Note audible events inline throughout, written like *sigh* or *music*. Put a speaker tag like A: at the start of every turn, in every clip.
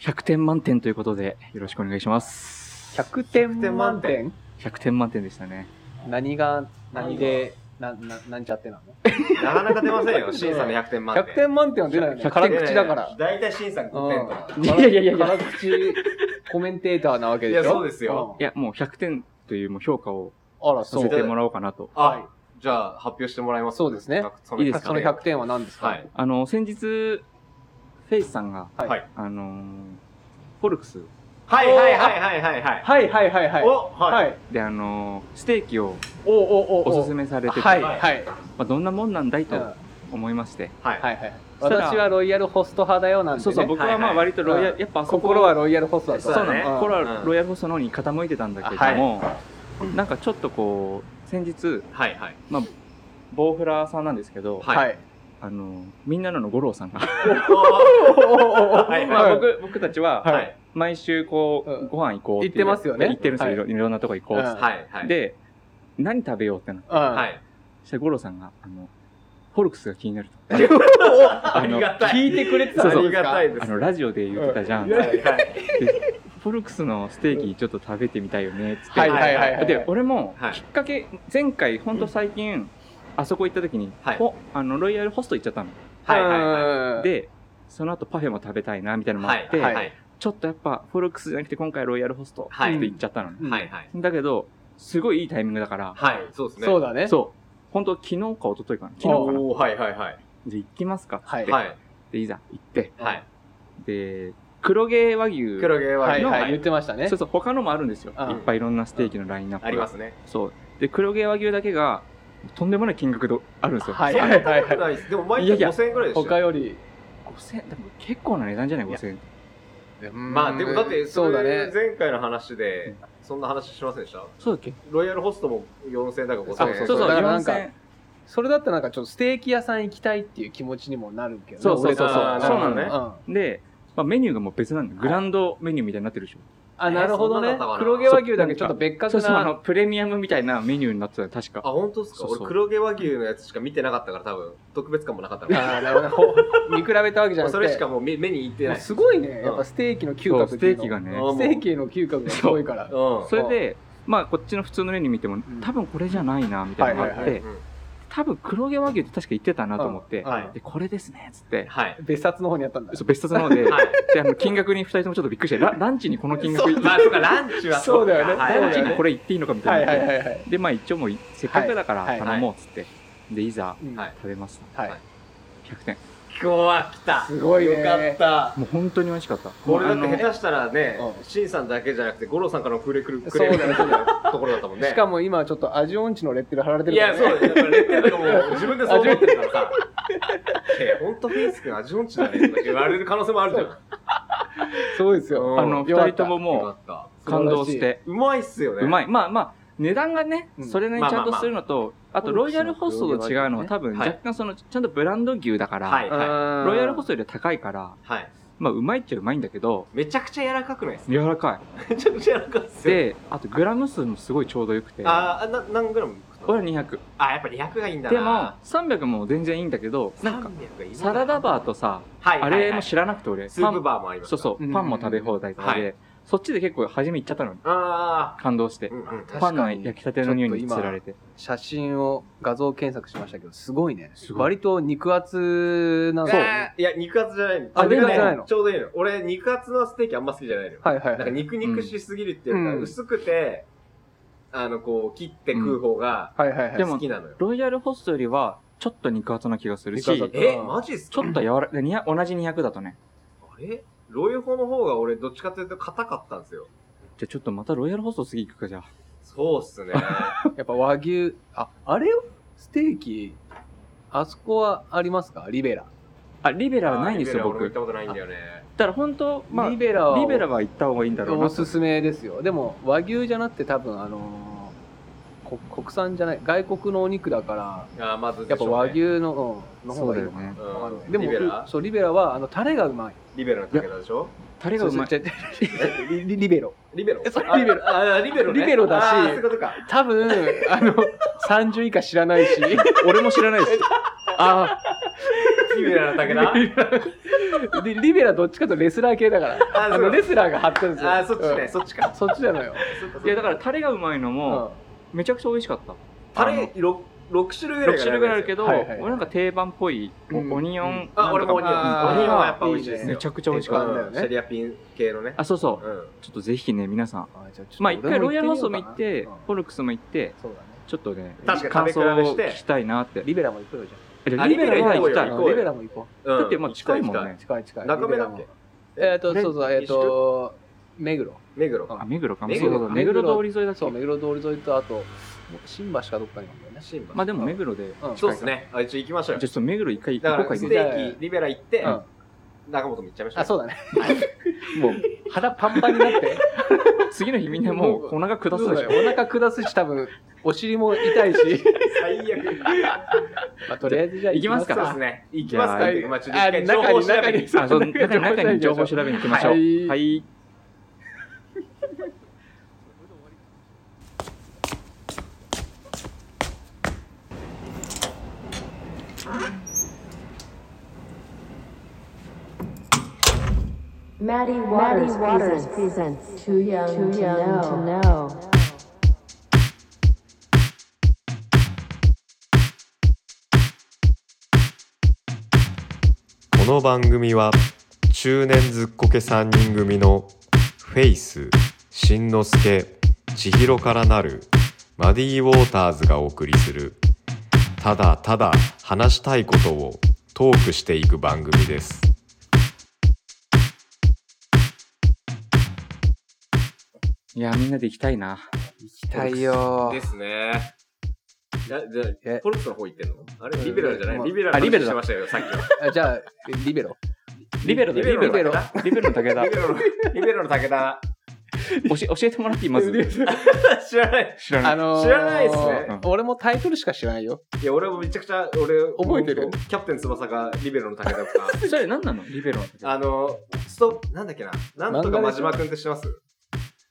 A: 100点満点ということで、よろしくお願いします。
B: 100点満
C: 満
B: 点
A: 100点満点でしたね。
B: 何が何でなななんちゃってなの
C: なかなか出ませんよ、シンさんの100点満点。
B: 100点満点は出ないよね
A: 100
B: 辛口だから
C: 大体シンさん5点とか。
B: うん
A: いやいやいやいや
B: 辛口コメンテーターなわけでしょ
C: いやそうですよ
A: いや、もう100点というもう評価を
B: うんあら
A: さ
B: そ
A: せ
B: う
A: てもらおうかなと。
C: あ、じゃあ発表してもらいます
B: そうですね。
C: その
A: いいですか
B: その100点は何ですか、
C: はい。
A: あの、先日、フェイスさんが、
B: はい
C: はい
A: あのーフォルクス
C: はいはいはいはいはいはい。
B: はいはいはいはい
C: お
B: は
C: はい。
B: い
A: で、あのーステーキを
B: おおお
A: おすす
B: め
A: めされてて、
B: はい
A: ま
B: はい、
A: あ、どんなもんなんだい
B: うん
A: と思いまして、
C: はい。
B: はいはい
A: そしたら
B: 私はロイヤルホスト派だよなんて、ね、
A: そうそう、僕はまあ
C: はいは
A: 割とロイヤ
B: う
A: ル、やっぱあそこ
B: 心はロイヤルホストだった
A: そうな
C: そうだね
A: の、心
C: う
A: は
C: ん
A: ロイヤルホストの方に傾いてたんだけども、なんかちょっとこう、先日、
C: はいはい。
A: まあ、ボウフラーさんなんですけど、
C: は
B: はい
A: あのーみんなのの五郎さんが、
B: おおおおお
C: は
A: *laughs*
C: い
A: まあ
B: はい
A: 僕僕たちは、
C: はいはい
A: 毎週こう、
B: うん
A: ご飯行こう
B: 行ってますよね
A: 行ってるんですよ、
B: はい
A: いろいろんなとこ行こうっつって、
C: はいはい。、
A: で何食べようってなって
B: うん
C: はい。
A: そしたら五郎さんがあのフォルクスが気になる
B: *laughs*
A: と
C: ありがたい。
B: 聞いてくれてた
A: そうそう
C: ありがたいです。
A: あのラジオで言ってたじゃん、
B: うん
C: はいはい
A: フォルクスのステーキちょっと食べてみたいよねっつって、
B: はいはいはいはい
A: で俺も
C: はい
A: きっかけ前回ほんと最近、あそこ行った時に、
C: はい
A: ほあのロイヤルホスト行っちゃったの、
C: はいはいはい。
B: うん
A: でその後パフェも食べたいなみたいなのも
C: は
A: あ
C: い
A: って、
C: はいはい。
A: ちょっとやっぱフォルクスじゃなくて今回ロイヤルホストって
C: はい
A: 言っちゃったのね、
B: うん
C: はいはい。
A: だけどすごいいいタイミングだから、
C: はい、そうですね。
B: そう
C: だ。
B: だね
A: そう本当昨日か一昨日かな昨日かな
C: おー、はいはいはい。
A: で行きますかっつって、
C: はい。
A: でいざ行って
C: はい。
A: で黒毛和牛
C: 黒毛は、
B: はいはい
C: は
B: 言っ
C: い、
B: てましたね
A: そうそう他のもあるんですよ、
B: うん
A: いっぱいいろんなステーキのラインナップが
C: ありますね。
A: そうで黒毛和牛だけがとんでもない金額であるんですよ、
B: はい
C: そん
B: は
C: ない
B: はい
C: 高くないです。でも毎
A: いやい
C: 回
A: や
C: 5000円ぐらいでし
B: 他
C: たよ。
B: より
A: 5000でも結構な値段じゃない5000
C: まあでもだって、
B: そ
C: そうう
B: だ
C: だ
B: ね
C: ね。前回の話で、そんな話しませんでした
A: そうだっけ
C: ロイヤルホストも4000円だか
B: そう
C: 5000
A: あそ
C: 円。
B: そうう
A: そう
B: だからなんか
A: 4000
B: それだったらなんかちょっとステーキ屋さん行きたいっていう気持ちにもなるけどね
A: そうそうそう
B: 俺とか
C: あー
A: そうな
C: な
A: の
C: るほど
A: ね
C: ね
B: うん
A: で、まあ、メニューがもう別なんだよグランドメニューみたいになってるでしょ
B: あなるほど
C: え
B: ね
C: ーそんなのあったかな
B: 黒毛和牛だけちょっと別格
A: そうそうあ
B: な
A: のプレミアムみたいなメニューになってたよ確か
C: あ、本当ですか
A: そうそう
C: 俺黒毛和牛のやつしか見てなかったから多分、特別感もなかったか
B: あーなるほどほ *laughs* 見比べたわけじゃな
C: ら。
B: く
C: そ
B: て
C: れしかもう目目にいってない。
B: すごいねやっぱステーキの嗅
A: そう
B: 覚
A: ス
B: ってい
A: テー
B: うの
A: キがね
C: あーもう
B: ステーキの嗅覚がすごいから
C: うん。は
A: それでまあこっちの普通のメニュー見ても
B: ん
A: 多分これじゃないなみたいなのがあって、
B: はいはい
C: うん
A: 多分黒毛和牛って確か言ってたなと思って、
B: うんはい
A: でこれですねっつって、
C: はい。
B: 別冊の方にあったんだ
A: そう別冊の方
B: *laughs*
A: で,、
C: はい。
A: であの金額に2人ともちょっとびっくりしてラランチにこの金額
C: そうまあ、そうか、ランチは
B: そうだよね
C: はい
B: そ
A: ラン
B: うだ
A: チ
B: よ
A: に
B: ね
A: これ言っていいのかみた
B: はいい
A: な、
B: はいはいはい
A: でまあ一応もうせっかくだから
B: はい
A: 頼もうっつって、でいざ
B: うん
C: はい
A: 食べました
B: はい
A: 100点
C: 今日は来た。
B: すごいね
C: よかった。
A: もう本当に美味しかった
C: これだ
A: もう
C: っ
A: あ
C: て
A: の
C: 下手したらね
B: う、ん
C: シンさんだけじゃなくて、五郎さんからのクレクレク
B: そう
C: レ
B: だ
C: ー
B: ね
C: ムみたいなところだったもんね。
B: しかも今ちょっと味音痴のレッテル貼られて
C: い
B: るから
C: や、
B: ね
C: そうだよ。レッテルとかもう自分でそう思ってるからさ。え、ほんとフェイス君味音痴だねとか言われる可能性もあるじゃん。
B: そうですよ
C: うん
A: あの
B: よ
A: 2
B: かった
A: 人とも
C: よか
A: も
C: った。
A: う感動して
C: うまいっすよね。
A: うま
C: い。
A: いまあまあ値段がね、
B: うん
A: それなりにちゃんとするのと、あとロイヤルホストと違うのは多分
C: はい
A: 若干そのちゃんとブランド牛だから、
C: はい。は
B: うん
A: ロイヤルホストよりは高いから
C: い。はい。
A: まあうまいっちゃうまいんだけど
C: めちゃくちゃ柔らかくないですか
A: 柔らか
C: めちゃくちゃ柔らかいっ
A: い
C: すよ。
A: であとグラム数もすごいちょうどよくて
C: あー、あな何グラム
A: これは200
C: あ、やっぱ200がいいんだ
A: でも
C: な。
A: 300も全然いいんだけどなんか
C: 300がいい
A: サラダバーとさ
C: はいは
A: あ
C: いはい
A: れも知らなくて俺
C: スープバーもあり
A: パン
C: ます
A: そうそううんパンも食べ放題とか
C: は
A: でそっちで結構初め行っちゃったのに
C: あ
A: 感動して
C: あ、うんうん。
B: 確かに
A: パンの焼きたての匂いにつられて
B: 写真を画像検索しましたけどすごいね
A: すごい
B: 割と肉厚なんだよね
C: えーいや、肉厚じゃないの。
B: あ
C: ちょうど
A: 肉厚じゃ
B: ないの
C: ちょうどいいの。俺、肉厚のステーキあんま好きじゃないのよ。
B: はいはい
C: な
B: は
C: んか
B: い
C: 肉肉しすぎるっていうか、
B: うん
C: 薄くて、あの、こう、切って食う方が
B: はいはいはい
A: でも
C: 好きなのよ。
A: ロイヤルホストよりはちょっと肉厚な気がするし
B: 肉厚だっ
A: ち
B: た
C: えマジっすか
A: ょっと柔らかいにゃ同じ200だとね
C: あれロイホの方が俺、どっちかというと硬かったんですよ。
A: じゃあちょっとまたロイヤルホスト次行くかじゃあ
C: そうっすね。
B: やっぱ和牛、あ、あれよステーキ、あそこはありますかリベラ。
A: あリベラはないんですよ
C: あーリベラ俺も行
A: 僕
C: った
A: だ
C: ことないんだよね。
A: から本当まあリ
B: リベラは
A: ベラは行った方がいいんだろうな
B: おすすめですよ。でも和牛じゃなくて多分あのーこ国産じゃない、外国のお肉だから、
C: あーまず、
B: やっぱ和牛の,、うん、の方がいいのかな。
A: そうだ
C: よね
B: わかんない
C: うん
B: でも
C: リベ
B: う
C: ラ
B: そう、リベラはあのタレがうまい。
C: リベロの武田でしょ
A: タレがうまい
B: そうそう違う違うリリリベロ。
C: リベロ
B: えそれリベロ
C: ああリベロ、ね、
B: リベロだし
C: あーそういうことか。
B: 多分、あの、30以下知らないし、
A: 俺も知らないですああ
C: リベラの武田
B: でリベラどっちかというとレスラー系だから
C: あ
B: あ
C: そう
B: のレスラーが張ってるんですよ
C: あーそっちね、
B: うん
C: そっちか
B: そっちなのよ、
A: いやだからタレがうまいのもめちゃくちゃ美味しかった
C: タレ 6, 六種類ぐらい
A: 6種類ぐらいあるけ
C: ど
A: ど、
B: はいはいはい
A: 俺なんか定番っぽい、
B: うん
A: オニオン
C: あ俺もオニオンオニオン
B: あー
C: はやっぱ美味しいですよ
A: めちゃくちゃ美味しかった
B: んだよ
C: うん
B: ね
C: シェリアピン系のね
A: あそうそうう、
C: ん
A: ちょっとぜひね皆さん
B: うんじゃあちょっと
A: まあ一回
B: 俺
A: ロイヤルホ
B: も
A: ースも行って
B: みようか
A: フォルクスも行
B: な
A: って
B: うんそうだね
A: ちょっとね
C: 確か
A: 感
C: に食
A: 想
C: べ比べ
A: を
C: して
A: 聞きたいなって
B: リベラも行こうよじゃ
A: えリ
C: あ
A: ベラは行きたい
C: 行
B: あ
C: こうよ
B: リベラも行こ
C: うん
A: だってまあ近いもんね
C: 行きた
B: う近い近い
C: 中目だ
B: リ
C: っけ
B: ベラもえっ、と
A: え
B: そうそうえっ、と目黒
C: 目黒
B: うん
A: あ目黒かも
C: 目
A: そ
C: 黒
A: うそう目黒通り沿いだ
B: そ
A: そう
B: 目黒通り沿いとあと新橋かどっかにあるんだよね
C: 新橋
A: まあでも目黒で、じゃ
B: うん
C: そうですねあ一応行きましょう
A: あ
C: よ
A: ちょっと目黒一回
C: だ
A: 行こ
C: か
A: うから
C: ス
A: 今
C: テ
B: じゃ
C: ー
B: あ
C: キリベラ行って
B: うん
C: 中本も行っちゃいましょう
B: あそうだ *laughs* ね
A: もう
B: 腹パンパンになって
A: 次の日みんなもうお腹下す
B: そう
A: で
B: だ
A: しょ
B: よお腹下すし多分お尻も痛いし、
C: 最
A: *laughs*
C: 悪
B: まあ、とりあえずじゃあ
A: 行きますか
C: そうですね行きますか
A: じ
C: まあちょっと
B: あ
C: 一回情報
B: 中
C: 調べ
B: に
C: に
B: 中
A: あそう中に中に情報調べに行きましょう
B: は
A: はいい、
D: Maddie Waters, presents, Too Young, to, know.
E: この番組は中年ずっこけ3人組のフェイス、しんのすけ、ちひろからなるマディ・ウォーターズがお送りするただただ話したいことをトークしていく番組です。
A: いやみんなで行きたいな
B: 行きたいよー
C: ですねじゃあじゃあ
B: え
C: ポルクスの方行ってんのあれリベラじゃな
B: まあ
C: いリベラ
A: あリベラだ
C: してましたよさっきは
B: あじゃあリベロ
A: リベロだ
C: リベ
A: よ
C: ロ
A: リベロ
C: の武田
A: リベロの武田 *laughs*
C: リベロのリベロの武田
A: 教え教えてもらっていいまず
C: *laughs* 知らない
A: 知らない
B: あのー
C: 知らないっすね
A: うん
B: 俺もタイトルしか知らないよ
C: いや俺もめちゃくちゃ俺
B: 覚えてる
C: キャプテン翼かリベロの武田とか
A: それ何なのリベロの武田
C: あのストなんだっけななんとか
B: 漫画
C: 真
B: でしょ
C: 島くんって知ってます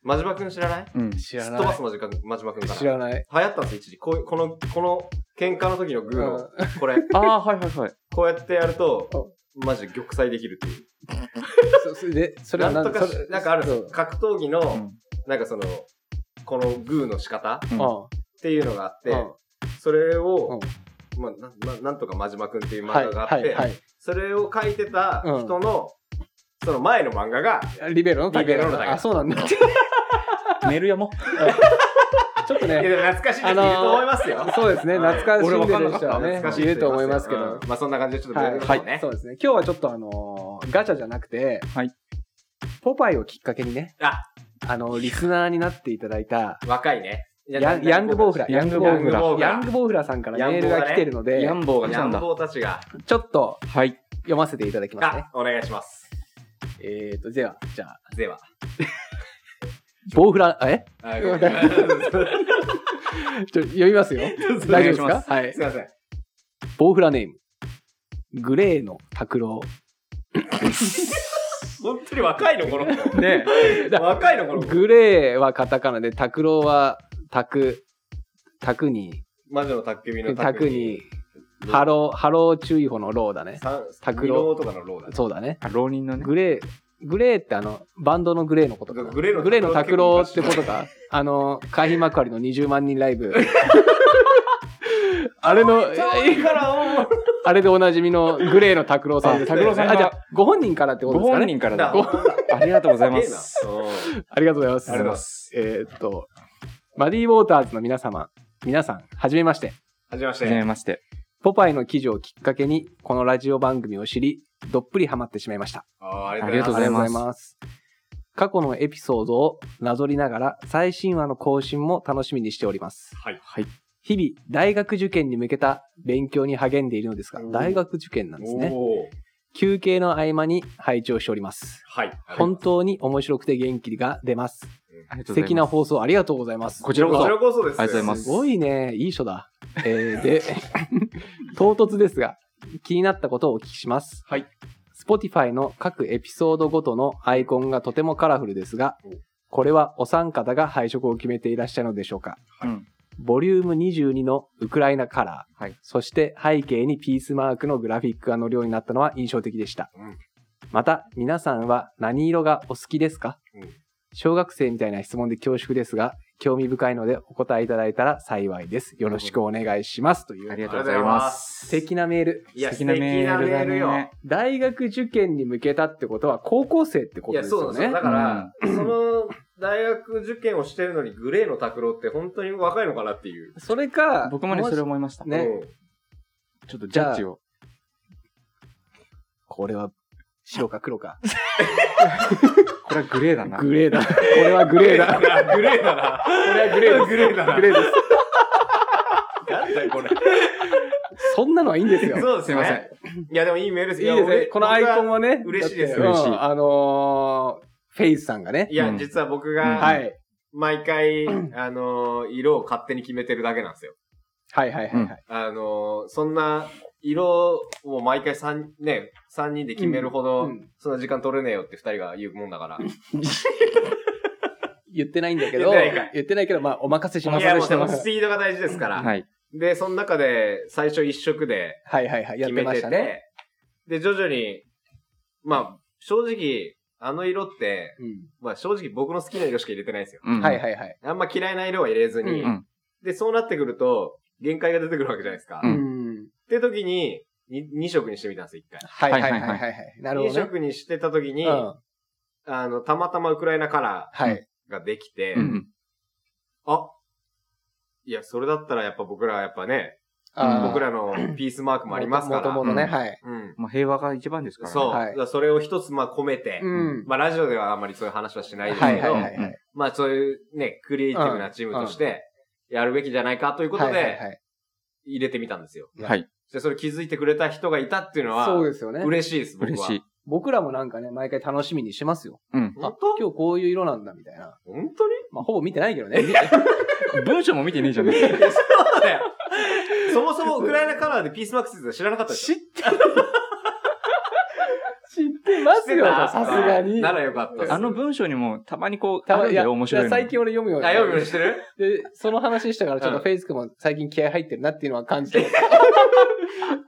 C: 真島くん知らない
A: うん
B: 知
C: すっ飛ばす真島くん真島くんから
B: 知らない
C: 流行ったんですよ一時こうこのこの喧嘩の時のグーのこれ
A: ああはいはいはい
C: こうやってやるとマジで玉砕できるっていう
B: そ *laughs* それでそれは
C: なんと
B: で
C: かしなんかあるんですよ格闘技の、
A: ん
C: なんかそのこのグーの仕方っ
A: うん
B: う
C: ていうのがあって、
B: んうん
C: それを、まあ、なななんとか真島くんっていう漫
B: はい
C: 画があって、
B: はいはい
C: それを書いてた人の、その前の漫画が、
B: リベロの
C: リベロの
B: あそうなんだち
A: 寝るやも
B: ょっと
C: *laughs* いや
B: ね
C: でも懐かしい人い
B: あ
C: る
B: のー
C: と思いますよ。
B: そうですね
C: うん
B: 懐かしんでる人は
C: 懐
B: ね
C: かし
B: い
C: い人
B: ると思いますけど
C: うんまあそんな感じでちょっと
B: はい、
C: はい、ね
B: そ。うですね。今日はちょっとあのーガチャじゃなくて、
A: はい
B: ポパイをきっかけにね、
C: あ、
B: あのーリスナーになっていただいた、
C: 若いね。いや
B: ヤンヤングボウフラ、
A: ヤングボウフラ
B: ヤングボウフラさんから
C: ヤン
B: メー
C: ボ
B: ル
C: ウがね
B: が来てるので
A: ヤ、ンボウが来
C: ヤ
A: たん
C: ン
A: だ
C: ボウたちが。
B: ちょっと
A: はい
B: 読ませていただきますね
C: あ。、お願いします。
B: えーと、では、じゃあ、
C: では。
B: ボウフラ、え
C: あごめん *laughs* す
B: ちょ読みます *laughs* よ。大丈夫です
A: お願
B: か
A: いし
B: はい
C: い。ません。
B: ボウフラネーム。グレーの拓郎。
C: 本当に若いのこの子。
A: ね
C: 若いのこの子。
B: グレーはカタカナで、拓郎は拓、拓に、
C: 魔女の宅急便の
B: 拓に、ハロー、ハロー注意報のローだね。
C: 宅
B: 宅
C: 郎
B: 郎
C: とかのローだね。
B: そうだね。
A: あ浪人のね
B: グレー、グレーってあの、バンドのグレーのことかな。
C: グレーの
B: の拓郎ってこと
C: *laughs*
B: か。あの、海浜幕張の20万人ライブ。あれの、
C: いいから、おー
B: *laughs* あれでおなじみのグレーの拓郎さんで
C: あ
B: す。
C: 拓郎さんが
B: あ、じゃあご本人からってこ
A: ご
B: とですか
A: 本
B: ね。
A: 人から
C: だ
A: だありがとうございます
C: すげえなうん
B: ありがとうございます。。
C: ありがとうございます
B: えーっと、マディ・ウォーターズの皆様、皆さん、はじめまして。
C: はじめまし
A: はじめ
C: て。
A: まして
B: ポパイの記事をきっかけに、このラジオ番組を知り、どっぷりハマってしまいました。
C: あー
A: ありがとうございます
B: す。過去のエピソードをなぞりながら最新話の更新も楽しみにしております。
C: はい。
A: はい
B: 日々、大学受験に向けた勉強に励んでいるのですが
C: お、ー
B: 大学受験なんですね。
C: おー
B: 休憩の合間に拝聴しております。
C: はい。
B: 本当に面白くて元気が出ます。
A: ありがとうございます
B: 素敵な放送ありがとうございます。
A: こちらこ
C: こ
A: そ
C: ちらこそです。
A: ありがとうございます
B: すごいね、いい書だ。えーで、 *laughs* 唐突ですが、気になったことをお聞きします。
A: はい。
B: Spotify の各エピソードごとのアイコンがとてもカラフルですが、これはお三方が配色を決めていらっしゃるのでしょうか
A: うん
B: ボリューム22のウクライナカラー、
A: はい
B: そして背景にピースマークのグラフィックが乗るようになったのは印象的でした。
C: うん
B: また、皆さんは何色がお好きですか、
C: うん
B: 小学生みたいな質問で恐縮ですが、興味深いのでお答えいただいたら幸いです。よろしくお願いします。という
A: ありがとうございます。
B: 素敵なメール。
C: いや、素敵なメールよ。
B: 大学受験に向けたってことは高校生ってこと
C: いや、
B: です
C: そう
B: よ
C: なんですよ。
B: ね
C: だ。から、その、大学受験をしてるのに、グレーの拓郎って本当に若いのかなっていう。
B: それか、
A: 僕もね、それ思いました。
B: ね
C: うん
A: ちょっとジャッジを。
B: これは白か黒
C: *laughs*
B: か。
A: これはグレーだな。
B: グレーだ。これはグレーだ。
C: いやグレーだな。これはグレーだ。グレーだな。
B: グレーです。
C: なんだよ、これ。
B: そんなのはいいんですよ。
C: そうです
A: すいません。
C: いや、でもいいメールで
B: い
C: す。
B: いです
C: や
B: ね。このアイコン。
C: 俺
B: はね。
C: 嬉しいで
B: だ
C: す
B: って
A: 嬉しい
B: うんあのー、フェイスさんがね
C: 僕。が
A: う
C: いや、
A: ん
C: 実は僕
A: うん
C: が、
B: はい。
C: 毎回、あのー、色を勝手に決めてるだけなんですよ。
B: はいはいはいはい。
C: あのー、そんな、色を毎回三、ね、三人で決めるほ
B: う
C: ど、
B: ん
C: そんな時間取れねえよって二人が言うもんだから。
B: 言ってないんだけど
C: 言ってないか、
B: 言ってないけど、まあ、お任せしま
C: い
B: す。
C: や、
B: お
C: も
B: 任せし
C: うで
B: て
C: も
B: ま
C: ス
B: す。
C: ピードが大事ですから。
A: はい。
C: で、その中で、最初一色で、
B: はいはいはい。やっ
C: 決
B: て
C: め
B: ま
C: て、
B: してたね。
C: で、徐々に、まあ、正直、あの色って、
B: う
C: まあ正直僕の好きな色しか入れてないんですよ。
A: うん
B: んはいはいはい。
C: あんま嫌いな色は入れずに、
A: うん
C: で、そうなってくると、限界が出てくるわけじゃないですか。
A: うん
B: うん。
C: って時に、2色にしてみたんですよ、1回。
B: はいはいはいはい
A: はいは
B: はい。なるほ
C: 2
B: どね。
C: 色にしてた時に、
B: うん。
C: あの、たまたまウクライナカラ
B: はい。
C: ーができて、
A: うん。
C: あ、いや、それだったらやっぱ僕らはやっぱね、
A: うん
C: 僕
B: ら
C: らのピースマークもありますから。
B: もともとね、はい。
C: うん。
A: まあ、平和が一番ですからね。
C: そう。
B: はい
C: だからそれを一つまあ込めて、
B: うん。
C: まあ、ラジオではあんまりそういう話はしないですけ
B: は
C: ど、
B: いはいはいはい。
C: まあ、そういうね、クリエイティブなチームとして、やるべきじゃないかということ
B: はいはいは
C: で、
B: い
C: 入れてみたんですよ。
A: はい。
C: で、それ気づいてくれた人がいたっていうのは、
B: そうですよね。
C: 嬉しいです、僕は。
A: 嬉しい。
B: 僕らもなんかね、毎回楽しみにしてますよ。
A: うん。
C: 本
B: あ今日こういう色なんだみたいな。
C: 当本当に *laughs*
B: まあ、ほぼ見てないけどね。
A: 文章も見てねえじゃね
C: いやそうだよ。そもそもウクライナカラーでピースマークス知らなかったでしょ
B: 知ってる知ってますよ、
C: 知ってた
B: さすがに。
C: ならよかったです
A: あの文章にもたまにこう、
B: た
A: あ
B: ま
A: るん
B: い
A: だ
B: や
A: よ、面白いの。
B: 最近俺読むように
C: あ、
B: なる
C: 読むようにしてる
B: で、その話したから、ちょっと
C: うん
B: フェイス君も最近気合入ってるなっていうのは感じ
C: *laughs*
B: てます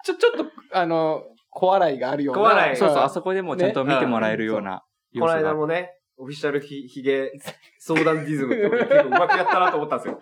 B: ちょ、ちょっと、あの、小笑いがあるような。
C: 小笑い
A: そうそう、あ
B: こ。
A: そこでもちゃんと見てもらえるような要
C: こ
A: 素
C: の
A: が。
C: 間もね、オフィシャルひひげ相談ディズムって僕結構うまくやったなと思ったんですよ。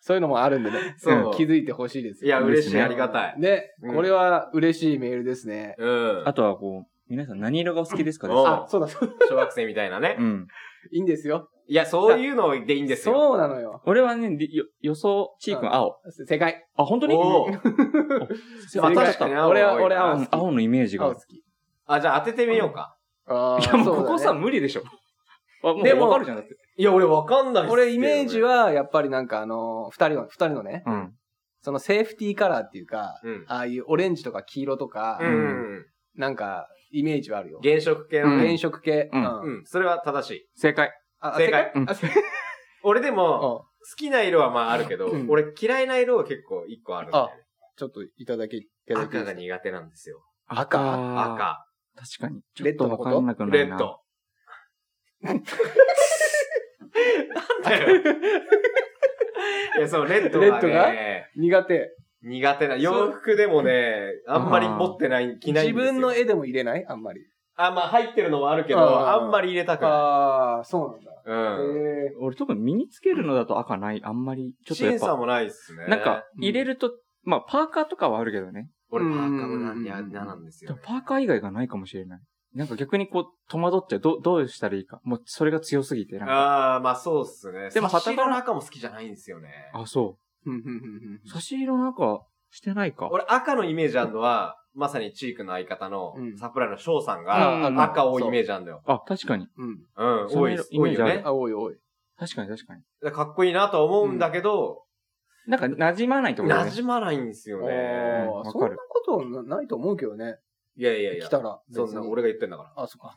B: そういうのもあるんでね。
C: そう
B: 気づいてほしいですよ
C: いや、嬉し
A: です
C: い、
A: ね
C: ありがたい。
B: で、
C: うん
B: これは嬉しいメールですね。
C: うん。
A: あとはこう、皆さん何色がお好きですか
C: うん
B: あ、そうだ、そうだ *laughs*
C: 小学生みたいなね
A: う。ん。
B: いいんですよ。
C: いや、そういうのでいいんですよ。
B: そうなのよ。
A: 俺はね、りよ予想、チー君青。
B: 正解。
A: あ、本当に
C: おー
A: 正
C: あ
A: 解
C: 確かに青
B: 俺は、
C: 多い
B: 俺
C: な
B: 青
A: う
B: 好
A: ん
B: き。
A: 青のイメージがあ
B: 青
A: る
B: 好。き。
C: あ、じゃあ当ててみようか。
B: あー
A: いや、もうここ
B: そ
A: さ、
B: だね
A: 無理でしょ。あ、も
B: で
A: う
B: も
A: わかるじゃん、だって。
C: いや、俺わかんないっすけどね
B: *laughs* 俺イメージ、は、やっぱりなんかあの、二人の、二人のね、
A: うん。
B: そのセーフティーカラーっていうか、
C: うん。
B: ああいうオレンジとか黄色とか、
C: うん。
B: なんか、イメージはあるよ。
C: 原色系の
A: うん
C: ね。
B: 原色系。
A: うん
B: うん
C: うん。それは正しい。
A: 正解。
B: あ
C: 正解
B: あ
C: *laughs*
B: 正解
C: 俺で
B: あ
C: も、
B: うん
C: 好きな色はまああるけど
B: うん、
C: 俺嫌いな色は結構一個あるんだよね
B: ちょっといただけ、いただけ
C: 赤
B: ま
C: が
B: すか。
C: 苦手なんですよ。
B: 赤
A: 赤。
C: 赤。
A: 確かに。ちょ
B: レ
A: っ
B: ッド
A: と
B: の
A: わ
B: こと
A: かんなくな
C: レ
A: い
C: ッ
A: な。
C: ド。なんだよ。 *laughs* いや、そう、レッド
B: レ
C: が
B: ッドが
C: ね、
B: 苦手。
C: 苦手な。洋服でもね、あんまり持ってない、着ない
B: 自
C: んですよ。
B: 分の絵でも入れないあんまり。
C: あ、まあ入ってるのもあるけど、
B: あ
C: あ
B: ー
C: んまり入れたくな
B: ああ、そうなんだ。
C: い。うん。
B: へ
A: 俺特に身につけるのだと赤ない。あんまり、ちょっとやっ
C: 審査
A: ぱ、
C: もないっすね。
A: なんか、入れると、まあ、パーカーとかはあるけどね。
C: 俺、パーカーもな
B: うん
C: 嫌なんです
A: で
C: よ
A: も
C: ね。
A: パーカー以外がないかもしれない。なんか逆にこう、戸惑って、ど、どうしたらいいか。もう、それが強すぎて、なんか。
C: ああ、まあそうっすね。で
A: で
C: も、
A: も
C: 旗
A: 旗
C: の
A: から
C: 中も好きじゃないんですよね。
A: あ、そ
B: ーうんうんうん
A: う。差し色なんか、してないか。
C: 俺、赤のイメージあるのは、まさにチークの相方の
B: うん
C: サプライの翔さん
A: う
C: が
A: ん
C: 赤多いイメージあるんだよ。
A: あ、確かに。
B: うんうん。
C: うん、
A: そ
C: 多
A: の
C: い
A: 色
C: っす、多
A: イ
C: い
A: メージ
C: よ
A: あ
C: ね
A: る。
B: あ、多い多い。
A: 確かに確かに。
C: だからかっこいいなとは思うんだけど、
A: なんか、馴染まないところ
C: 馴
A: ね。
C: 染まないんですよね。
B: あ
A: わ
B: あ、
A: かる
B: そんなことなないと思うけどね。
C: いやいやいや
B: 来。たら。
C: そんな、俺が言ってんだから。
B: あ、そっか。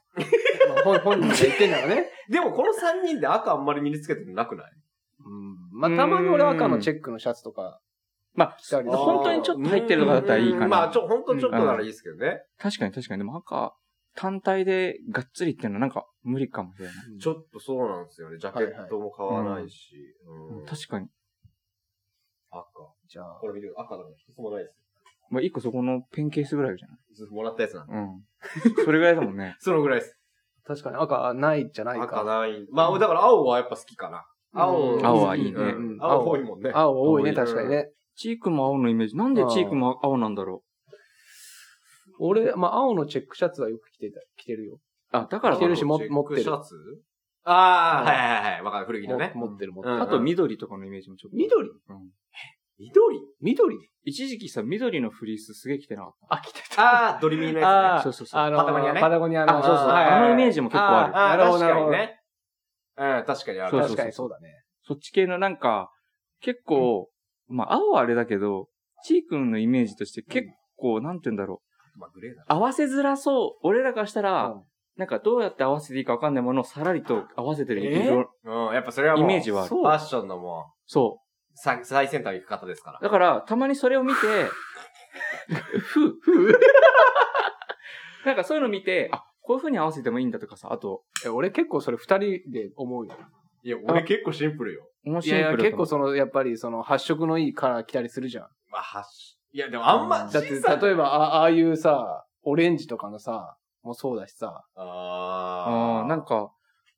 B: まあ本本人が言ってんだからね。
C: でも、この3人で赤あんまり身につけてなくない
B: まあ、たまに俺赤のチェックのシャツとか
A: まあ、
B: 着たりとか。
A: 本当にちょっと入ってるとかだったらいいかな
C: うんまあ、ちょ、本当ちょっとならいいですけどね。
A: 確かに確かに。でも赤、単体でがっつりっていうのはなんか無理かもしれない。
C: ちょっとそうなんですよね。ジャケットも買わないし。うん
A: 確かに。
C: 赤。
B: じゃあ、
C: これ見てください赤だから一つもないです。
A: まあ、一個そこのペンケースぐらいじゃない
C: ずっともらったやつなんで。
A: うん。それぐらいだもんね。
C: そのぐらいです。
B: 確かに赤ないじゃない
C: 赤
B: か。
C: ない。まあ、だから青はやっぱ好きかな。青、
B: うん
A: 青はいいね
C: うん
B: うん
C: 青多いもんね。
B: 青多いね、
C: 青い
B: 確かにね。
A: *laughs* チークも青のイメージ。なんでチークも青なんだろ
B: 俺、まあ、青のチェックシャツはよく着てた、着てるよ。
A: う。あ、だから
B: 着
A: だ
B: てるしも
C: チェック
B: 持ってる
C: シャツああ、はいはいはい。わかる。古着のね。
B: も持ってる持って
C: うん
B: る。
A: あと緑とかのイメージもちょっと。
B: 緑
A: うん。
C: 緑
B: 緑
A: 一時期さ、緑のフリースすげえ着てなかっ
B: あ、着て
C: ああ、ドリミーのや
B: あー
A: そうそうそう
B: あのー、
C: パタゴニアね
B: パタゴニア
A: た。
B: の。
A: あ、そうそう。
C: はいはい
A: あ
C: はい
A: のイメージも
C: つね。
A: 結構ある。
C: あーあー、
B: なるほど
C: 確か
B: な
C: に
B: る
C: ね。うん、確かにある。
A: そう
B: 確かにそうだね。
A: そっち系のなんか、結構、まあ、青はあれだけど、チー君のイメージとして結構、なんて言うんだろう。
C: まあ、グレーだな。
A: 合わせづらそう。俺らからしたら、
B: うん
A: なんかどうやって合わせていいかわかんないものをさらりと合わせてる印象。
C: うん、やっぱそれはもう、
A: イメージはある
C: ファッションのも、
A: そう
C: 最最先端行く方ですから
A: う。。だから、たまにそれを見て、ふう、ふう。なんかそういうの見て、あ、こういう風に合わせてもいいんだとかさ、あと、
B: え俺結構それ二人で思うよ。
C: いや、俺結構シンプルよ。
A: 面
B: い
A: 白い
B: やいや、結構
A: う。
B: その、やっぱりその発色のいいカラー着たりするじゃん。
C: まあ、はし、いや、でもあんま、
B: だって、例えば、あああいうさ、オレンジとかのさ、もそうだしさ、
C: あ
A: あ
C: あ、
A: あ、なんか、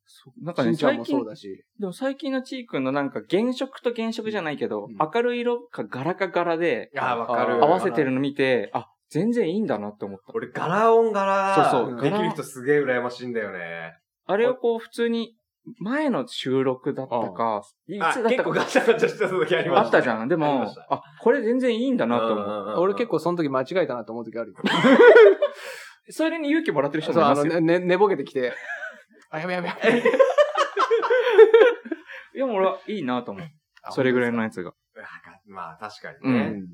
A: そうなんか
B: し
A: ね、
B: んちゃん
A: 最
B: も
A: 近
B: そう、だし。
A: でも最近のチー君のなんか原色と原色じゃないけど、
B: うん
A: 明るい色か柄か柄で
C: いや、わかる。
A: 合わせてるの見て、あ、全然いいんだなって思った。
C: 俺、柄音柄、
A: そう
B: そう
C: できる人すげえ羨ましいんだよね。
A: あれをこう普通に前の収録だったか、い
C: あ、
A: つだっ
C: 結
A: た
C: 構
A: か
C: ガチャガチャした時ありました。
A: あったじゃん。で
C: ありま
A: も
C: した、
A: あ、これ全然いいんだなって思う。
B: 俺結
C: 構、
B: 構その時間違えたなと思う時あるよ。
A: それに勇気もらってる人
B: そう、
A: もい
B: あ
A: ます
B: の、
A: よ。
B: ね、ね寝ぼけてきて、あ、やべやべやべ。
A: いや、もう俺はいいなと思う。 *laughs* それぐらいのやつが。
C: まあ、確か
A: う
C: にね。
A: ん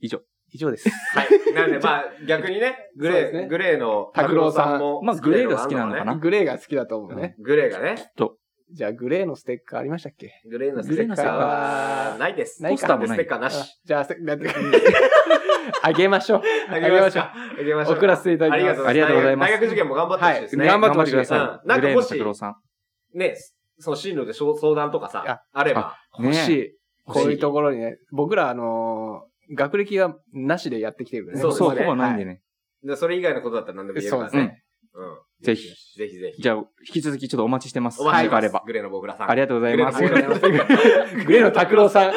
A: 以上。
B: 以上です。
C: はい。なんで、まあ、逆にね、グ
B: そうです
C: レ
B: ね
C: ー、グレーの、
B: 拓郎さん
C: も
A: まあグレーが好きなのかな
B: グレーが好きだと思うね。
C: グレーがね、
B: じゃあ、グレーのステッカーありましたっけ
C: グレーのステッカーは、ないです。
B: ないか
C: ポスターもステッカーな
B: あ
C: し。
B: じゃあ、せなんてあげましょう。
C: あげましょう。あげましょう。
B: 送らせていただきます
A: ありがとうございます
C: 大学受験も頑張ってほしいですね。
B: はい頑張ってほしい
A: くださ。
C: うんないん
A: グ
C: か
A: レー
C: も
A: の
C: し
A: 拓郎さん。
C: ね、その進路で相相談とか
B: いや
C: さ、あれば。
A: ね
B: 欲しい。
A: 欲し
B: こういうところにね、僕ら、あのー学歴がなしでやってきてるよね。
C: そう
A: そう、
C: ですね
A: ほぼないんでね。
C: でそれ以外のことだったら何でも言えるから
B: そう
A: です
C: ね。うん。
A: ぜひ。
C: ぜひぜひ。
A: じゃあ、引き続きちょっとお待ちしてます。
C: お待ちし
A: 何
C: て
A: か
C: ま
A: あ
C: す
A: れば。
C: グレーの僕らさん。
A: ありがとうございます。
C: グレーの僕らさん *laughs*
B: グレーの拓郎さん。あ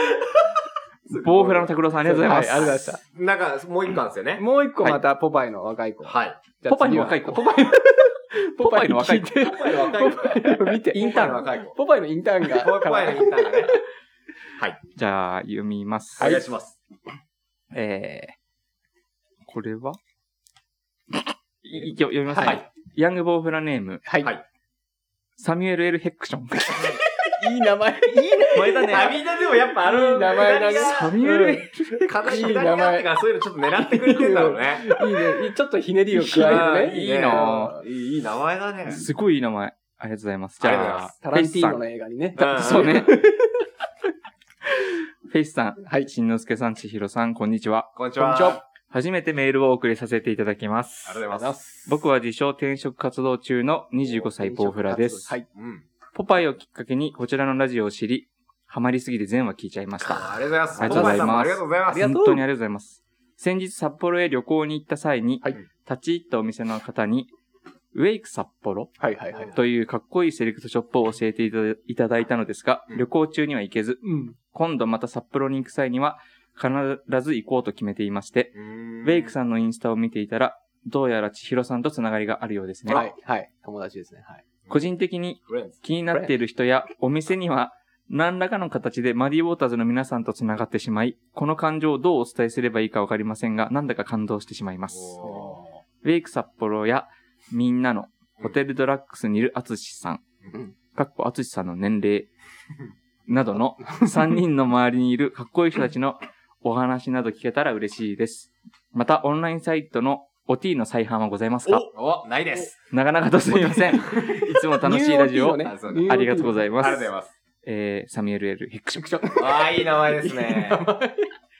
A: ボウフラの拓郎さん、ありがとうございます。
B: ありがとうございま
C: なんか、もう一個あるんですよ
B: した。*laughs*
C: ね。
B: もう一個また、ポパイの若い子。
C: はい。
B: じゃあ
A: ポパイ
B: 次
A: の
B: は
A: 若い子。ポパイの、ポパイの若い子。
B: ポ
C: ポパイの若い子。
B: パイの見て。
A: インターン
C: ポパイの若い子。
B: ポパイのインターンが。
C: ポパイのインターンがね。
A: じゃあ、読みます。
C: お願いします。
A: えー、これはいい読みますね。
B: はい
A: ヤングボウフラネーム、
B: はい。
C: はい
A: サミュエル・エル・ヘクション。
B: いい名前。
C: 前だね。涙でもやっぱあの、
B: いい名前だね
A: サミュエル・エル・
C: 悲し
B: い
C: い
B: い名前
C: 名前がそういうのちょっと狙ってくれてんだろうね。
B: いいね。ちょっとひねりを加えるね。
A: いいな
C: ぁ。 *laughs* いい名前だね。
A: すごいいい名前。ありがとうございます。じ
C: ありがとうござ
A: ゃ
C: いま
A: あ、
B: タ
A: フ
B: ラ
A: ェイ
B: ン
A: ス
B: ティ
A: さ
B: ーノ
A: ん
B: の。映画にね。
C: うん
A: そうね。フェイスさん、
B: はい。
A: しんのすけさん、ちひろさん、こんにちは。
C: こんにち
B: こん
C: は。
B: にちは
A: 初めてメールをお送りさせていただきます
C: あ。りがとうございます。
B: す
A: 僕は自称転職活動中の25歳ボウフラです。
B: はい。
C: うん。
A: ポパイをきっかけにこちらのラジオを知り、ハマりすぎて全話聞いちゃいました。
C: ありがとうございます。
A: ありがとうございます
C: ポパイさんもありがとうございます。
B: がとう
A: 本当にありがとうございます。先日札幌へ旅行に行った際に、
B: はい
A: 立ち入ったお店の方に、ウェイク札幌
B: はいはいはい。
A: というかっこいいセレクトショップを教えていただいただいたのですが、
C: うん
A: 旅行中には行けず、
B: うん。
A: 今度また札幌に行く際には必ず行こうと決めていまして、
C: ウ
A: ウェイク
C: ん。
A: さんのインスタを見ていたら、どうやら千尋さんとつながりがあるようですね。
B: はい。はい。友達ですね。はい。
A: 個人的に
C: フレンズ。
A: 気になっている人やお店には何らかの形でマディウォーターズの皆さんと繋がってしまい、この感情をどうお伝えすればいいかわかりませんが、なんだか感動してしまいます。
C: お
A: ウェイク札幌やみんなのホテルドラックスにいるアツシさん
B: うん、
A: かっこアツシさんの年齢などの3人の周りにいるかっこいい人たちのお話など聞けたら嬉しいです。またオンラインサイトのお T の再販はございますか
C: おおないです。
A: なかなかとすみません。いつも楽しいラジオを
B: ニューヨークのね
C: あそう
B: ニューヨークの
A: ありがとうござい
C: あり
A: ま
C: がとう
A: す
C: ござい。ます。
A: えー、サミュエル・エル・ヘクション。
C: ああ、いい名前です
B: いい
C: ね。
B: 名前
A: あ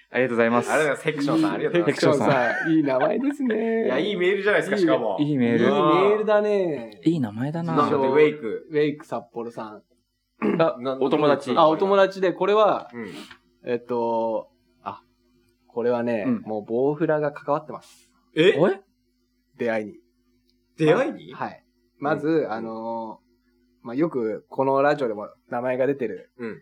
A: ありがとうございます。
C: ありがとうございます。ヘクションさん、ありがとうござい
A: ヘクション
B: ヘクションさんいい名前ですね。
C: ます。いや、いい
B: い
C: メールじゃないですか、しかも。
A: いいメー
B: いメ
A: ル。
B: ールだね。
A: いい名前だ
C: な
A: な
C: の。で、ウェイク。
B: ウェイク札幌さん。
C: な
A: お友達
B: あ、お友。達で、これは、
C: うん。
B: えっと、あ、これはね、
A: うん
B: もう棒フラが関わってます。
C: え
A: おい
B: 出会いに。
C: 出会いに
B: はい。まず、
C: うん
B: あのーまあ、よくこのラジオでも名前が出てる、
C: うん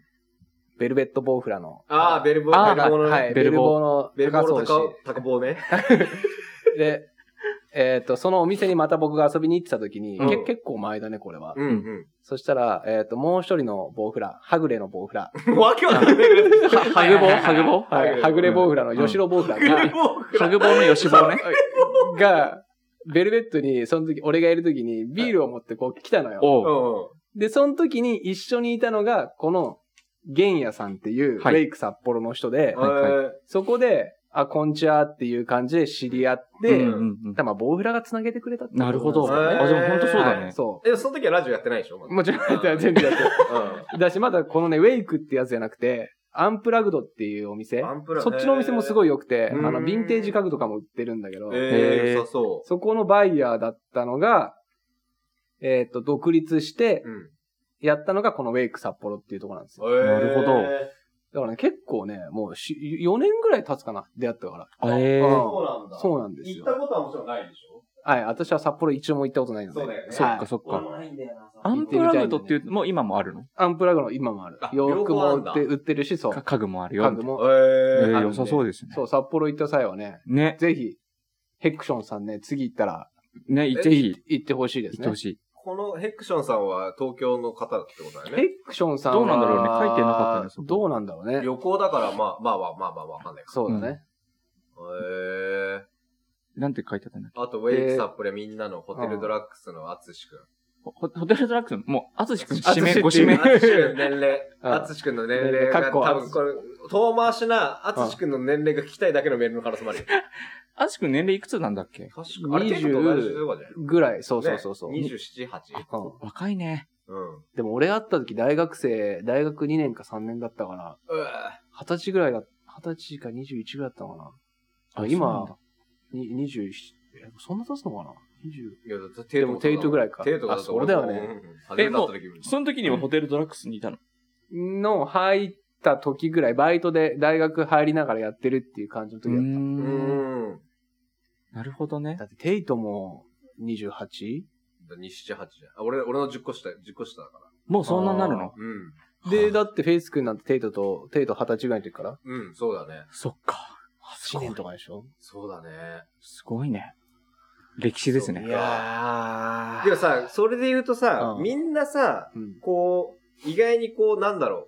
B: ベルベットボウフラの、
C: ああ、ベルボ
A: あー
C: ー、ベルボーの
B: は
C: ね。
B: い、
A: ベ
B: ベ
A: ル
B: ル
A: ボ
B: ボウの
C: ベルボ
B: 高
C: ー
B: そう
C: の
B: し
C: 高、高棒ね。
B: で、えっと、そのお店にまた僕が遊びに行ってた時に、
C: うん
B: け結構前だね、これは。
C: うん
B: そしたら、えっと、もう一人のボウフラ、はぐれのボウフラ、
C: うん。 *laughs* わけわかんない。
A: はハグボーハグボー
C: は
B: はいい、はぐれボウフラの吉郎ボウフラが、
A: ハグボーの吉棒ね。
B: が、ベルベットに、その時、俺がいる時に、ビールを持ってこう来たのよ。
C: う。
A: おうん
B: で、その時に一緒にいたのが、この、玄也さんっていう、ウ
A: はい
B: ェイク札幌の人で、
A: はい
C: えー
B: そこで、あ、こんちはっていう感じで知り合って、
A: うんうんうん
B: たまあ、ボウフラが繋げてくれたってこと
A: なるほど。
B: んですよね
A: あ、でも本当そうだ
B: はい
A: ね。
B: そ
C: え、その時はラジオやってないでしょま
B: う。
C: だ
B: もちろん、全然や
C: *laughs*
B: ってるだし、まだこのね、ウェイクってやつじゃなくて、アンプラグドっていうお店
C: アンプラ、
B: そっちのお店もすごい良くて、あ
C: うん
B: の、ヴィンテージ家具とかも売ってるんだけど、
C: うん。え
A: へー
C: え、良さそ
B: そこのバイヤーだったのが、えっ、と、独立して
C: う。、うん。
B: やったのがこのウェイク札幌っていうところなんですよ。
C: な
A: るほど
B: だからね、結構ね、もうし4年ぐらい経つかな、出会ったから。
A: え
B: うん
A: ー、
C: そうなんだ。
B: そうなんです
C: 行
B: よ
C: ったことはもちろんないでしょ
B: はい、私は札幌一応も行ったことないので。
C: そうだよね
A: そっ
B: は
A: か
B: い
A: そっ
C: 俺
A: か。
C: もないんだよな
A: アンプラグドっていう、もう今もあるの
B: アンプラグの今もある
C: あ。
B: 洋服も
C: 両方あん
B: 売
C: だ
B: って売ってるし、そう。
A: か家具もある
B: 家
A: よ。
B: 具
A: み
B: も。
A: たい
C: え
A: な
B: あ
A: えー、
B: るん
A: 良
B: で
A: さそうですね。
B: そう、札幌行った際はね、
A: ね、
B: ぜひ、ヘクションさんね、次行ったら
A: ね、ぜひ
B: 行ってほしいで
A: 行
B: す
A: って
B: ね
A: ほ。しい。
C: このヘクションさんは東京の方ってことだよね
B: ヘ。クションさんは
A: どうなんだろうね書いてなかったねそこ
B: どうなんだろうね。
C: 旅行だから、まあまあまあまあまあわかんないか。
B: そうだね。
C: へえ。
A: なんて書いてあったんだっけ
C: あと、ウェイクサップレみんなのホテルドラッグスのアツシ君。
A: ホホテルドラッグスの、もう、あつしくん、
B: あつし
A: 指名、ご
B: ってい
A: 指
B: う
A: 名
B: ね。
C: ア
B: *laughs*
C: ツシ君の年齢。
B: うん
C: アツシ君の年齢
B: か
C: が、
B: っこ
C: 多分これ、遠回しなアツシ君の年齢が聞きたいだけのメールの可能性もあるよ。
A: あつしくん年齢いくつなんだっけ
C: 確かあれ、テントと同じとかじゃない
B: ぐらい、そうそうそうそう。
C: ね27、8?
B: うん
A: 若いね。
C: うん。
B: でも俺会った時大学生、大学2年か3年だったから、
C: う
B: 二十歳ぐらいだ、二十歳か21ぐらいだったのかな。
A: そうなんだ
B: あ、今、に27、えそんな経つのかな ?20。
C: いや、だってテ
B: でもテイトぐらいか
C: テイトがって
B: あそうだよね。
C: 俺もうん初めて会った時
A: その時にはホテルドラッグスにいたの。
B: の入った時ぐらい、バイトで大学入りながらやってるっていう感じの
A: う
B: 時
A: ー。
B: だっ
C: うんん。
A: なるほどね
B: た。。だってテイトも 28?
C: 2、7、8じゃん。あ俺、俺の10個下、10個下だから。
A: もうそんなになるの
C: うん。
B: で、だってフェイス君なんてテイトと、テイト二十歳ぐらいの時から
C: うん、そうだね。
A: そっか。
B: ?1 年とかでしょ
C: そうだね。
A: すごいね。歴史です
B: い
A: ね。
B: や
C: でもさ、それで言うとさ、
B: うん
C: みんなさ、
B: ー。うん。
C: こう、意外にこう、なんだろう。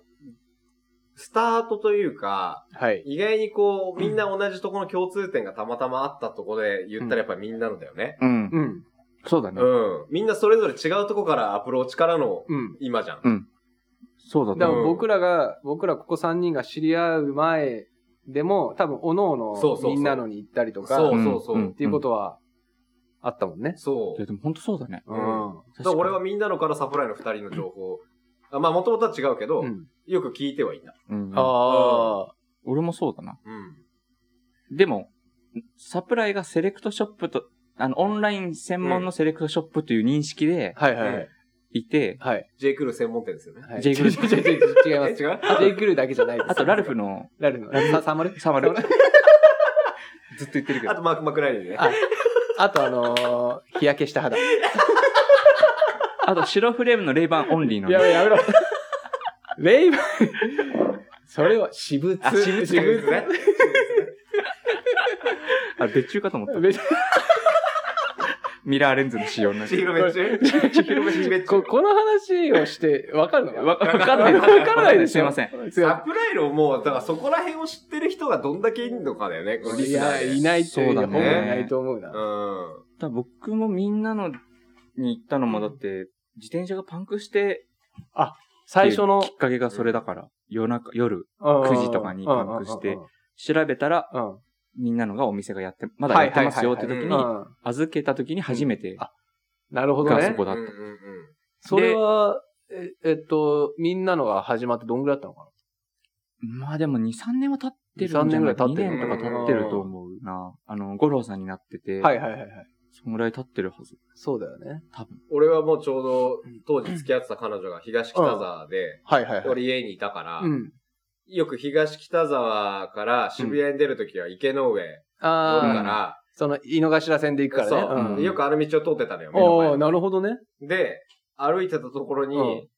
C: スタートというか、
B: はい。
C: 意外にこう、みんな同じとこの共通点がたまたまあったとこで言ったらやっぱみんなのだよね。
A: うん。
B: うん。
A: そうだね
C: う。ん。みんなそれぞれ違うとこからアプローチからの
B: うん。
C: 今じゃん。
A: そうだ
B: だ
A: と
B: か
A: 思う
B: ら僕らが、僕らここ3人が知り合う前でも、多分、おのお
C: そうそうそ
B: の
C: う
B: みんなのに行ったりとか、
C: そ
A: ん
C: そうそうん
B: っていうことはあったもんね。
C: そ
A: いや、でも本当そうだね。
C: う。
B: うんん。
C: だから俺はみんなのからサプライの二人の情報、あまあもともとは違うけど、
B: うん、
C: よく聞いてはいた。
A: うん
B: ああ、
A: 俺もそうだな。
C: うん。
A: でも、サプライがセレクトショップと、あの、オンライン専門のセレクトショップという認識で
B: はいはいはい。
A: いて、
B: はい。
C: J. クルー専門店ですよね。
B: はい、
A: J. クルー
B: 違う違う違う違いま
C: え
B: す。
C: 違う
B: J. クルーだけじゃないです。
A: あとラルフ。の
B: ラルフの。さサマル
A: サマル
B: サマル。
A: ずっと言ってるけ
C: あ
A: ど、
C: とマーク・マクライリ *laughs* ーね。
B: ああとあのー、日焼けした肌。や
A: あと白フレームのレイバンオンリーのね
B: めやめろ。レイバン。それは私物。
A: あ私物
C: 私物ね。
A: あ、別注かと思った。
B: めち
A: ミラーレンズの使用のやつ
C: ちひろめっちゅちひろめっちゅ
B: ここの話をして、わかるのかな
A: わわかんない。
B: わからないです
A: すい
B: よ
A: ません。
B: すい
C: サ
B: ま
C: プライのもう、だからそこら辺を知ってる人がどんだけいるのかだよね、この
B: せん
C: リ
B: い
C: スナ
B: や、
C: ーで。
B: いないって
A: そ
B: いうう
A: だ
B: ほ
A: ね
B: ぼいないと思うな。
C: うん。
A: だ僕もみんなのに行ったのもだって、自転車がパンクして、
B: 最初の
A: きっかけがそれだから、夜中、夜、
B: 9
A: 9時とかにパンクして調べたら、
B: うん。
A: みんなのがお店がやって、まだやってますよって
C: は
A: 時
C: いはい
A: に
C: は、
B: うん
A: 預けた時に初めて
B: あなるほど
A: がそ
B: ね
A: こ。だ
C: う
A: っ
C: んうん
A: た。
B: それは、ええっと、みんなのが始まってどんぐらいだったのか
A: まあでも2、3年は経ってる
B: 2 3
A: んじゃな
B: 年ぐら
A: い
B: い経ってる
A: 2年とか経ってると思うな。あの、五郎さんになってて、
B: はいはいはいはい。
A: そんぐらい経ってるはず。
B: そうだよね。
A: 多分。
C: 俺はもうちょうど当時付き合ってた彼女が東北沢で、
B: はいはいはい。
C: 俺家にいたから、
B: うん。
C: よく東北沢から渋谷に出るときは池の上乗るか
B: ああ、
C: ら、
B: その、井の頭線で行くからね。
C: そう、
B: うん
A: ん
C: よくあの道を通ってたのよ、目の前
B: お
C: を
B: おなるほどね。
C: で、歩いてたところに、
B: うん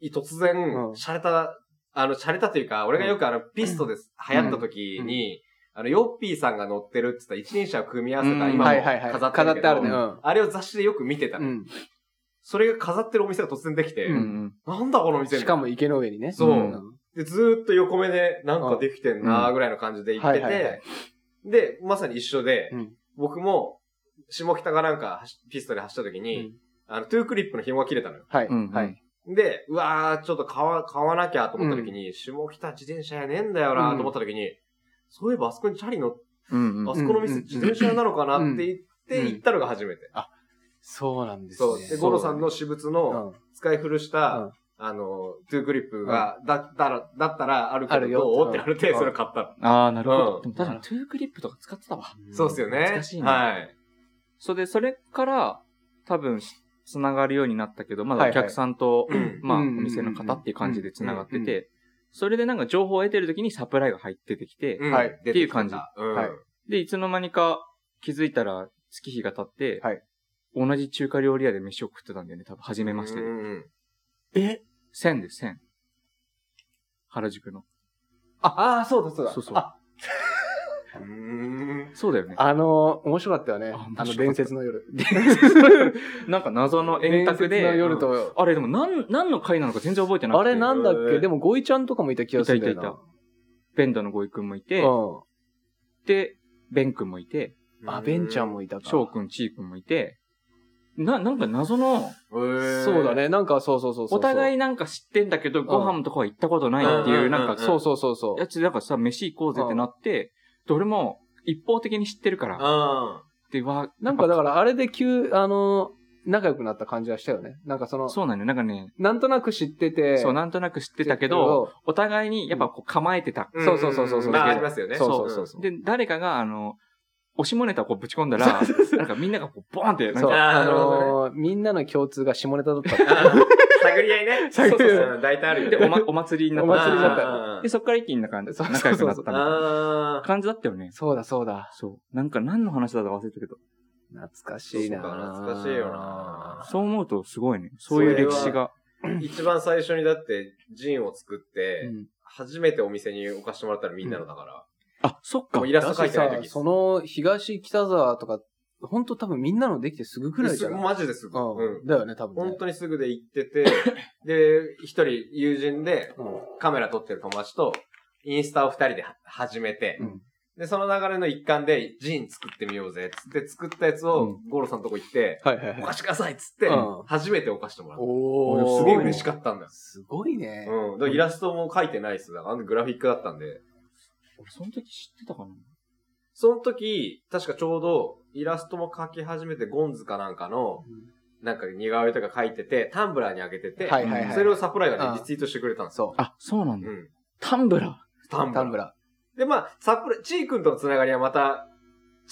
C: い突然、
B: うん
C: 洒落た、あの、洒落たというか、俺がよくあの、ピストです、流行った時に、あの、ヨッピーさんが乗ってるって言った一輪車を組み合わせた、
A: うん
C: 今も
B: はいはいはい。
C: 飾ってるけど、
B: あるね。うん。
C: あれを雑誌でよく見てた
B: う
C: の、
B: ん。
C: それが飾ってるお店が突然できて、
B: うん
A: うん
C: なんだこの店
B: しかも
C: み
B: 池の上にね。
C: そう
B: うん
C: たいなで、ずーっと横目で、なんかできてんなーぐらいの感じで行って
B: うんはいはいは
C: て、で、まさに一緒で、
B: うん
C: 僕も、下北がなんか走、ピストで走った時に、あの、トゥークリップの紐が切れたのよ。
B: はい。
A: うん
B: はい。
C: で、うわー、ちょっと買わ、買わなきゃと思った時に、下北自転車やねえんだよなと思った時に、そういえばあそこにチャリの、
A: うんうん
C: あそこの店
B: うん
C: 自転車なのかなって言って
B: うん
C: 行ったのが初めて。
B: そうなんですね。
C: そう。で、ゴロさんの私物
B: う
C: の
B: ん
C: 使い古した、
B: うん
C: あの、トゥークリップが、だったら、だったらあるけ
B: ある
C: ど
B: よ
C: どうってなって、
B: うん
C: それ買ったの。
A: ああ、なるほど。
C: うん
A: でも確かにトゥークリップとか使ってたわ。
C: そうっすよね。
A: 懐かしいな
C: はい。
A: それで、それから、多分、つながるようになったけど、まだ
B: はい
A: お
B: はい
A: 客さんと、
C: うん
A: まあ、
B: う
A: お
B: んうんうんうん
A: 店の方っていう感じでつながって
B: うんうんう
A: て、それでなんか情報を得てる時にサプライが入っててきて、
C: うん
B: はい
C: 出
A: っていう
C: きた
A: 感じ
C: うん。
B: はい
A: で、いつの間にか気づいたら月日が経って、
B: はい
A: 同じ中華料理屋で飯を食ってたんだよね、多分、初めましてで。
C: うん
B: え
A: 千で千。原宿の。
B: ああ、そうだそうだ。
A: そうそう
B: あ、
C: うん。
A: そうだよね。
B: あのー、面白かったよね
A: あ面白。か
B: あ
A: った
B: の、伝説の夜。
A: *laughs* なんか謎の円卓
B: *laughs* 伝説の
A: で、
B: 夜と、
A: あれでも何、何の回なのか全然覚えてなく
B: あ
A: て。
B: れなんだっ
C: えー
B: けでも、ゴイちゃんとかもいた気がするんだよな。
A: いたいたいベンドのゴイ君もいて、
B: うん。
A: で、ベン君もいて、
B: あ、ベンちゃんもいたか。
A: ショウ君、チー君もいて、な、なんか謎の、
C: うん。
B: そうだね。なんか、そうそうそうそう。
A: お互いなんか知ってんだけど、ご飯とかは行ったことないって
C: うんうんうん
A: いうう、
C: ん
A: なんか、
B: そうそうそうそう。
A: やつなんかさ、飯行こうぜってなって、で、俺も一方的に知ってるか
C: へ
A: ら、
C: ー。うん。
A: で、わ、
B: なんかだ
A: やっ
B: からあれで急、あの、仲良くなった感じはしたよね。なんかそ
A: ぱ
B: の、
A: そうなんだよ。なんかね、
B: なんとなく知ってて、
A: そう、
B: 知っ
A: なんとなく知ってたけど、、お互いにやっぱこう構えてた。
B: んそうそうそうそうそうん
C: まあ、ありますよね。
B: そうそうそうそう。
A: で、誰かが、あの、押しもネタをこうぶち込んだら、なんかみんながこうボーンって、なん
B: そう、
A: か、
C: あー
B: あ
C: なるほど。
B: のー、みんなの共通が下ネタだった
C: *laughs* あー探り合
B: *laughs*
C: いね。
B: 探り合い
C: そうそうそう。大体あるよね。
A: で、おま、お祭りになった。
B: お祭りになった
C: あー
A: で、そっから一気になんか
B: そう
A: 仲良くなったみたいな
C: あー
A: 感じだったよね。
B: そうだそうだ。
A: そう。なんか何の話だったか忘れたけど、
B: 懐かしいな
C: そうか懐かしいよな
A: そう思うとすごいね。そういう歴史が。
C: 一番最初にだって、ジンを作っ
A: う
C: て、
A: ん
C: 初めてお店に置かしてもらったらみんなのだから。
A: あ、そっか
C: もう。イラス
B: だ
C: ト描
B: し
C: いてない
B: さ、
C: 時。
B: その東北沢とか、ほんと多分みんなのできてすぐくらいじゃ
C: す
B: な
C: ぐ
B: い
C: マジですぐ。
B: う
C: うん
B: ん。だよね、多分ね。
C: 本当にすぐで行ってて、で、一人友人でカメラ撮ってる友達と、インスタを二人で始めて、
B: うん
C: で、その流れの一環で、ジン作ってみようぜ、つって作ったやつを、ゴロさんのとこ行って、
B: はいはい
C: お
B: はい。
C: 貸してくださいっつって
B: うん、
C: 初めてお貸してもらった。
B: お
C: す
B: ー。
C: げえ嬉し
B: っ
C: かったんだよ
B: た。すごいね。
C: うん。だからイラストも描いてないっす。だからあのグラフィックだったんで。
A: 俺その時知ってたかな
C: その時、確かちょうど、イラストも描き始めて、ゴンズかなんかの、なんか似顔絵とか描いてて、タンブラーにあげてて、
B: はいはいはい。
C: それをサプライが
B: うん
C: ね、リツイートしてくれたんですよ。
B: そう。
A: あ、そうなんだ。
C: うん。
A: タンブラ
C: タンブ
B: タ
C: ラ
B: ンブ
C: ー。
B: ラ
C: で、まあ、サプライ、チー君とのつながりはまた、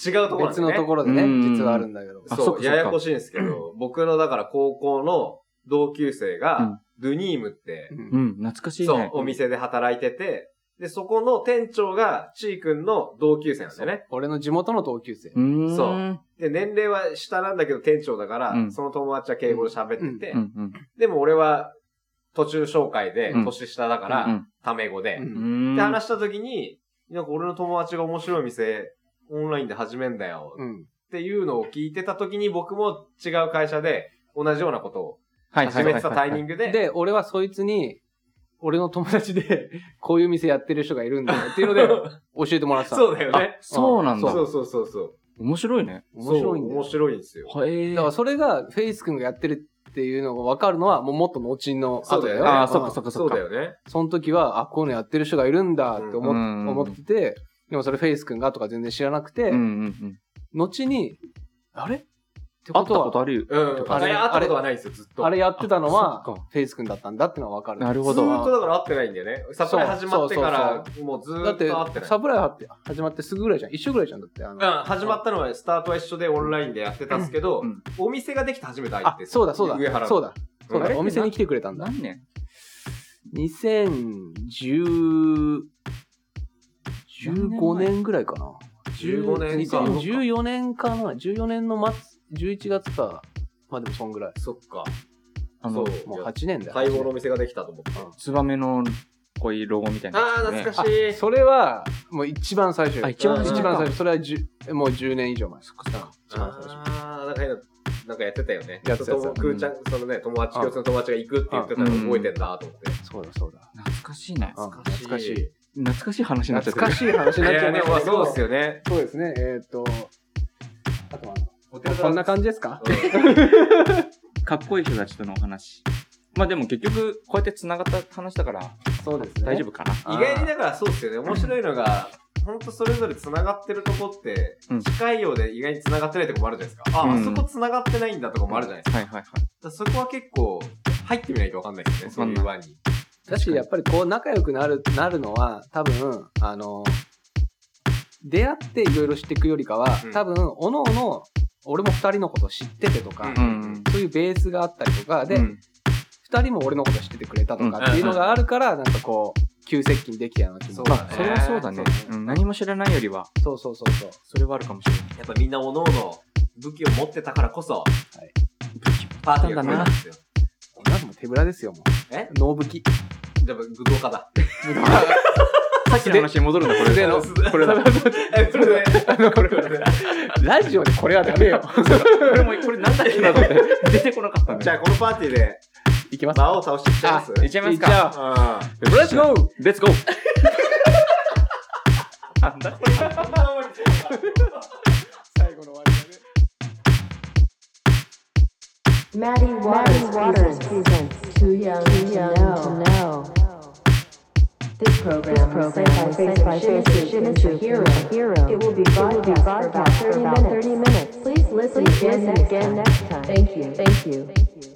C: 違うところなん
B: 別
C: でね。
B: のところで
A: う
B: ね、
A: ん
B: 実はあるんだけど。
A: あそっ
C: そ
A: か
C: う、
A: そっ
C: や
A: か
C: やこしいんですけど、僕のだから高校の同級生が、ドゥニームって
B: う、ん
A: ー。うん、懐かしい
C: そう
A: ね、。
C: お店で働いてて、で、そこの店長が、ちーくんの同級生なんだよね。
B: 俺の地元の同級生。
A: うーん。
C: そう
A: うん
C: で、年齢は下なんだけど店長だから、
A: うん
C: その友達は敬語で喋ってて、
A: うん。
C: でも俺は途中紹介で
A: うん
C: 年下だから、
A: うん
C: タメ語で、
B: うん
A: うーん
C: で、話した時に、なんか俺の友達が面白い店、オンラインで始めんだよ、
B: うん。
C: っていうのを聞いてた時に僕も違う会社で同じようなことを
A: はいは
C: 始
A: いはい
C: め
A: は
C: て
A: い
C: たタイミングで、
B: で、俺はそいつに、俺の友達で、 *laughs* こういう店やってる人がいるんだよっていうの
C: *laughs*
B: で、教えてもらってた。
C: そうだよね
A: あ。そうなん
C: そ
A: だ。
C: うそうそうそう。
A: 面白いね。
B: 面白いんだ
C: そう面
B: よ。
C: 白いんですよ。
A: はえ
B: だからそれが、フェイス君がやってるっていうのが分かるのは、もうもっと後の後だよ
C: そうだよね
B: ね。
A: あ
B: う
A: あ、
B: ん
A: そっかそっかそ
C: そ
A: っ
C: う
A: か
C: だ。よね。
B: その時は、あ、こういうのやってる人がいるんだって思っ
A: うん
B: 思ってて、でもそれフェイス君がとか全然知らなくて
A: うんう、ん
B: 後に、あれて
A: 会
B: こ
A: った
B: と
A: こと
B: は、
A: ある
C: うん。
B: あ
C: あ
B: れ
C: れ、会ったことはないですよ、ずっと。
B: あれやってたの
A: あ
B: は
A: そっか、
B: フェイス君だったんだってのはわかる。
A: なる
C: ず
A: ほ
C: ー
A: ど。
C: っとだから会ってないんだよね。サプライ始まってから、もうず
B: だ
C: ー
B: っ
C: っと
B: て
C: 会って、ない。
B: サプライハって始まってすぐぐらいじゃん。一緒ぐらいじゃん。だって、あの、
C: うん、始まったのはスタートは一緒でオンラインでやってたんですけど、
A: うん
C: お店ができて初めて入
B: あ
C: って、
B: そうだそうだ
C: 上原。の
B: そうだ。そう
A: あれ
B: だ。お店に来てくれたんだ。
A: 何年
B: 2015年ぐらいかな。
C: 15年か
B: 2014年かな。14年の末、11月か。まあでもそんぐらい。
C: そっか。
A: あの
C: そ、
B: もう8年だよ。
C: 待望のお店ができたと思った。
A: ツバメのこういうロゴみたいなや
C: ああ、
A: つね。
C: 懐か
B: あ
C: しい。
B: それは、もう一番最初よ。
A: あ一
C: 番最初
B: 一番最初。それはじゅもう10年以上前。そっか。一番最初。
C: ああ、なんか変な、なんかやってたよね。
B: やってたやつ
C: とくーちゃん、そのね、友達、共通の友達が行くって言ってたの覚えてんだと思って。
B: そうだそうだ。
A: 懐かしいね。
B: あ懐かしい。
A: 懐かしい話になっちゃった。
B: 懐かしい話
C: い
B: になっちゃ
C: や、
B: い
C: で
B: まし
C: も
B: たけど。
C: そうですよね。
B: そうですね。えっと、あとは、
C: お
B: まあこんな感じですか
C: じ。
A: かっこいい人たちとのお話。まあでも結局、こうやって繋がった話だから、
B: そうですね。
A: 大丈夫かな。
C: 意外にだからそうですよね。面白いのが、ほんとそれぞれ繋がってるとこって
A: うん、
C: 近いようで意外に繋がってないとこもあるじゃないですか。あ、
A: う
C: あ
A: ん
C: そこ繋がってないんだとかもあるじゃないですか。
A: はいはいはい。
C: だからそこは結構、入ってみないとわかんないですね、そういう輪に。
B: だし、やっぱりこう仲良くなる、なるのは、多分、あの、出会っていろいろ知っていくよりかは、
C: うん
B: 多分、おのおの、俺も二人のこと知っててとか、
A: う
C: うん
A: ん。
B: そういうベースがあったりとか、で、
A: う
B: 二、
A: ん
B: 人も俺のこと知っててくれたとか
A: うん
B: っていうのがあるから、なんかこう、急接近できたような気も
C: そう
A: ま
C: だね
A: あ、それはそうだね。うん何も知らないよりは、
B: そうそうそうそう。
A: それはあるかもしれない。
C: やっぱみんなおのおの武器を持ってたからこ
B: い
C: そ、パーティーが組めたんですよ。
B: こんなのも手ぶらですよ、もう。
C: え
B: 脳武器。
C: じゃあ、武道家だ。
A: さっきの話に戻るんだ、これ。
B: での
A: これだ。
C: *laughs* え、それで、これこれ
B: ラジオでこれはダメよ。
A: これも、これなんだっけなと思っ
B: *laughs*
A: て出てこなかったん
C: じゃ
A: だ
C: あ、このパーティーで
B: いきます
C: 魔王倒していっちゃいます
A: よ。いっちゃいます
B: いっち
A: か。
C: あ
A: レッツゴーレッツゴーなんだこれ。
B: 最後の終わりだね。
D: Maddie Waters, Waters presents Too Young, too young to, know. This program, this program is sent by Faith Shimizu Hero. Hero. It will be broadcast for about 30 minutes. Please listen again next time. Thank you. Thank you.